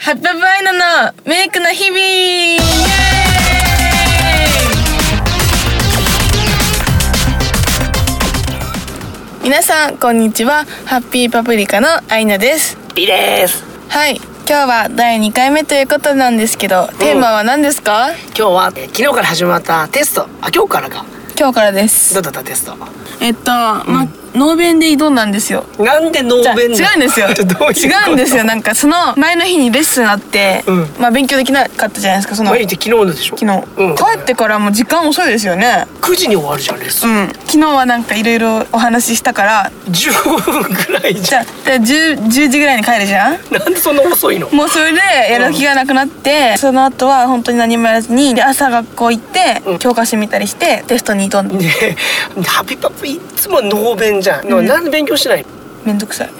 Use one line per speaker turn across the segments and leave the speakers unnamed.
ハッピーバイナのメイクの日々イエーイ皆さんこんにちはハッピーパプリカのアイナです
いいです
はい今日は第2回目ということなんですけどテーマは何ですか、
今日はえー昨日から始まったテストあ今日からか
今日からです
どうだったテスト
えっと、ま、ノーベンで挑んだんですよ
なんでノ
じゃ
ー
あ違う
ベ
ん
ン
ですよ
ちょっと どういうこと
違うんですよなんかその前の日にレッスンあって、
うん
まあ勉強できなかったじゃないですかその
毎日昨日のでしょ
昨日、
うん、
帰ってからもう時間遅いですよね
9時に終わるじゃんレッス
う
ン、
ん昨日はなんかいろいろお話ししたから
15分くらいじ
じ
ゃ
ゃあで 10, 10時ぐらいに帰るじゃん
んなんでそんな遅いの
もうそれでやる気がなくなって、その後は本当に何もやらずにで朝学校行って、
うん
教科書見たりしてテストに挑んで
ねえハピパプいつもノーベンじゃん、なんで勉強してないの
めんどくさい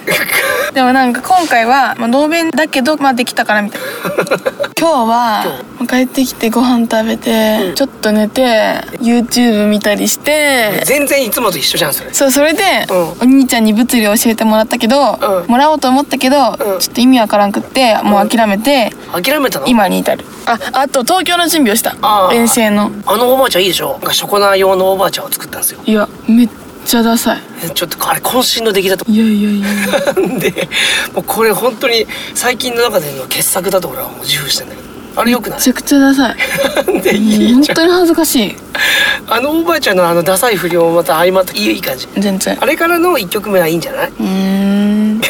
でもなんか今回は、まあ、同弁だけどまあできたからみたい な今日はまあ帰ってきてご飯食べて、ちょっと寝て YouTube 見たりして、
全然いつもと一緒じゃんそれ
そうそれで、
うん
お兄ちゃんに物理教えてもらったけど、
うん
もらおうと思ったけど、
うん
ちょっと意味わからんくってもう諦めて、
諦めたの
今に至るああと東京の準備をした
あー
遠征の
あのおばあちゃんいいでしょなんかショコナー用のおばあちゃんを作ったんですよ
いやめっちゃダサい
えちょっとあれ渾身の出来だと
いやいやいや
なんでもうこれ本当に最近の中での傑作だと俺はもう自負してんだけどあれよくな
めちゃくちゃダサい
いなんでいい
本
じゃん
当に恥ずかしい
あのおばあちゃんのあのダサい不良もまた相まっていい感じ
全然
あれからの1曲目はいいんじゃないう
ーん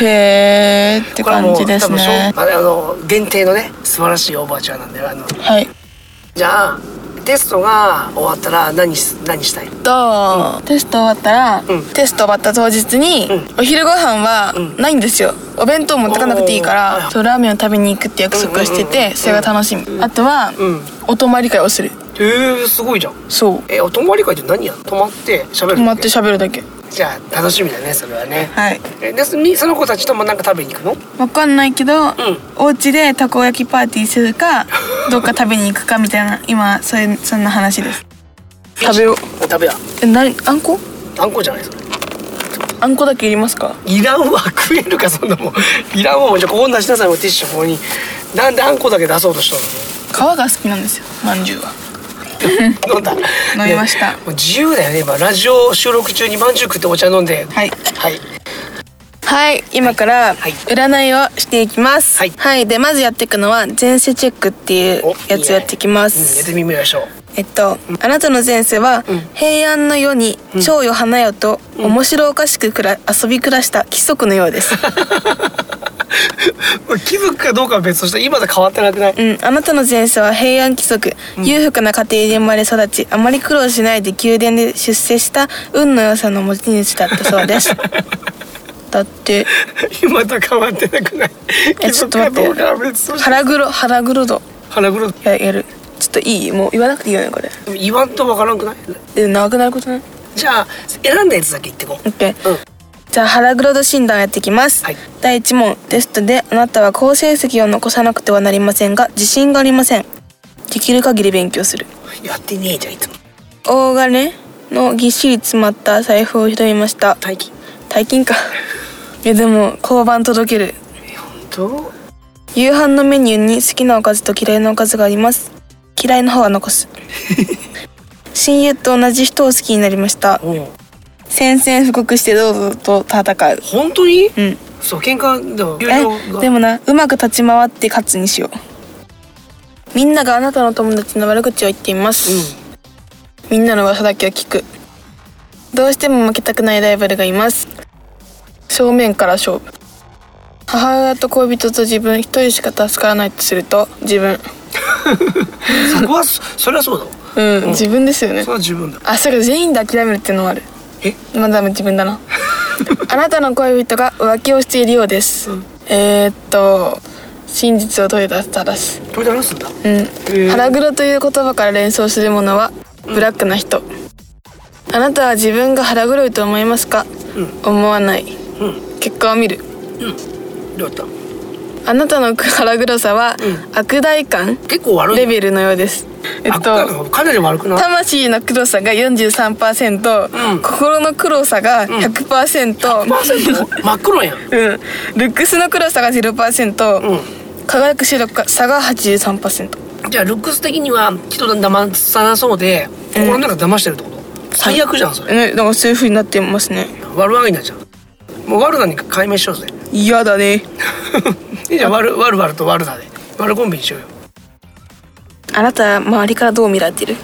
へーって
これは
感
もう
じですね
多分しょあれあの限定のね素晴らしいおばあちゃんなんであの
はい
じゃあテストが終わったら何し何したい
と、テスト終わったら、
うん
テスト終わった当日に、
う
お昼ご飯は
うん
ないんですよお弁当持ってかなくていいか
おーはいは
ら
い
そうラーメンを食べに行くって約束をして
うんうんうん
て、
うん
それが楽しみ、あとは、
うん
お泊まり会をする
えー、すごいじゃん
そう
えお泊まり会って何やん泊まって喋る
泊まって喋るだけ
じゃあ楽しみだねそれはね
はい
えでそみその子たちともなんか食べに行くの
わかんないけど、お家でたこ焼きパーティーする かどっか食べに行くかみたいな今そういうそんな話です食べよう
食べや
えなにあんこ
あんこじゃないそれ
あんこだけいりますか
いらんわ食えるかそんなもんいらんわもうじゃあここに出しなさいもうティッシュここになんであんこだけ出そうとし
皮が好きなんですよまんじゅうは
たの飲ん だ
飲みました
ねもう自由だよね今ラジオ収録中にまんじゅう食ってお茶飲んで
はい
はい
はい、今から
はい
占いをしていきます。
はい
でまずやっていくのは前世チェックっていう
お
やつをやっていきま
うんやっ
す。
てみましょう
えっと、あなたの前世は、
うん
平安の世に蝶よ花よと、面白おかしくくら遊び暮らした貴族のようです。
これ気づくかどうかは 別として今と変わってなくない
うん、あなたの前世は平安貴族、裕福な家庭で生まれ育ち、あまり苦労しないで宮殿で出世した運の良さの持ち主だったそう です。だって
今と変わってなくない気
えちょ
づ
っ
く
と待って
かどうかは別として
腹黒腹黒度
腹黒
ややる。ちょっといいもう言わなくていいよねこれ。
言わんとわからんくない
で長くなることない
じゃあ選んだやつだけ言ってこう
?OK
うん
じゃあ腹黒度診断をやっていきます、
はい
第1問テストであなたは好成績を残さなくてはなりませんが自信がありませんできる限り勉強する
やってねえじゃんいつも
大金のぎっしり詰まった財布を拾いました
大金
大金かいやでも交番届ける
え本当
夕飯のメニューに好きなおかずと嫌いなおかずがあります嫌いの方は残す親友と同じ人を好きになりました
おう
宣戦布告して堂々と戦う
本当に
うん
そう喧嘩でも友情
え
が
でもなうまく立ち回って勝つにしようみんながあなたの友達の悪口を言っています、
う
みんなの噂だけを聞くどうしても負けたくないライバルがいます正面から勝負母親と恋人と自分一人しか助からないとすると自分
んそこはそそれはそうだわ
うん、自分ですよね
それは自分だ
あそうか全員で諦めるっていうのもある
え
まだ自分だ なあなたの恋人が浮気をしているようです、
うん
えー、っと真実を問い出したらす
取り出すんだ
うん、
ー
腹黒という言葉から連想するものはブラックな人、あなたは自分が腹黒いと思いますか、思わない
うん
結果を見る
どうやっ
あなたの腹黒さは、悪代感
た結構悪い
レベルのようですえっと
あかなり悪くない
魂の黒さが43%、
うん
心の黒さが100%、
真っ黒や
う
ん
ん、ルックスの黒さが0%、
うん
輝く視力が差が83%
じゃあルックス的には人だ騙さなそうで
うん
心の中で騙してるってこと、最悪じゃんそれ
ねなんかそういう風になってますね
悪あがいなんじゃんもう悪なに解明しようぜ
嫌だね
いいじゃん悪悪悪と悪だで悪コンビにしようよ
あなた周りからどう見られてる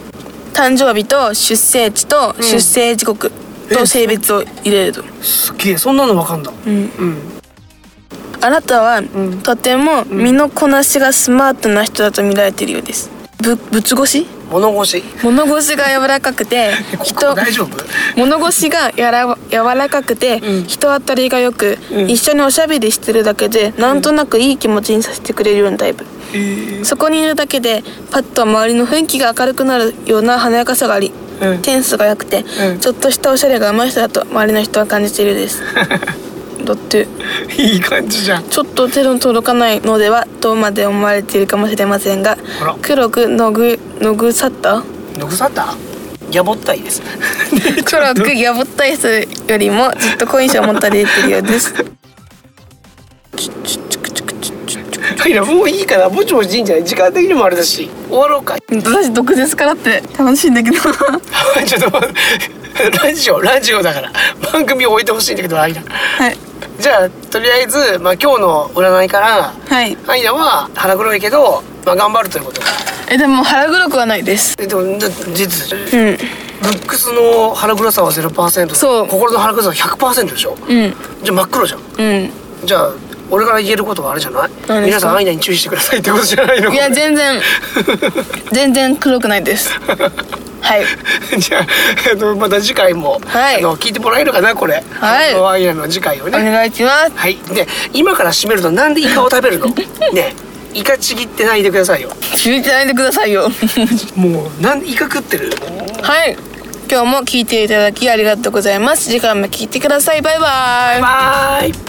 誕生日と出生地と出生時刻と性別を入れると、
すっげえそんなのわかんだ
うん、
うん
あなたは、
ん
とても身のこなしがスマートな人だと見られているようですぶ物腰
物腰
物腰が柔らかくて
ここ
人
大丈夫
物腰がやら柔らかくて、
うん
人当たりがよく、
うん
一緒におしゃべりしてるだけでなんとなくいい気持ちにさせてくれるようなタイプ
えー
そこにいるだけでパッと周りの雰囲気が明るくなるような華やかさがあり、
うん
センスが良くて、
うん
ちょっとしたおしゃれが上手い人だと周りの人は感じているよう ですだって
いい感じじゃん
ちょっと手の届かないのではとまで思われているかもしれませんが
あら
黒くのぐのぐさ った
のぐさったやぼったいです
黒くやぼったい人よりもずっと好印象を持たれているようです
いやもういいからぼちぼちいいんじゃない時間的にもあれだし終わろうか
私毒舌からって楽しいん だけど
ちょっと待ってラジオラジオだから番組を置いてほしいんだけど間
はい
じゃあとりあえず、まあ、今日の占いから
はい
アイナは腹黒いけど、まあ、頑張るということ
えでも腹黒くはないです
えでもだ実ル
うん
ックスの腹黒さは0%
そう
心の腹黒さは100%でしょ
うん
じゃあ真っ黒じゃん
うん
じゃあ俺から言えることがあるじゃない
何ですか
皆さんアイナに注意してくださいってことじゃないの
いや全然全然黒くないですはい
じゃああのまた次回も、
はい
あの聞いてもらえるかなこれ、
はい
あのアイナの次回を
お
ね
願いします
はいで今から締めるとなんでイカを食 べるのねイカちぎってないでくださいよ
聞いてないでくださいよ
もうなんイカ食ってる
はい今日も聞いていただきありがとうございます次回も聞いてくださいバイバイ
バイ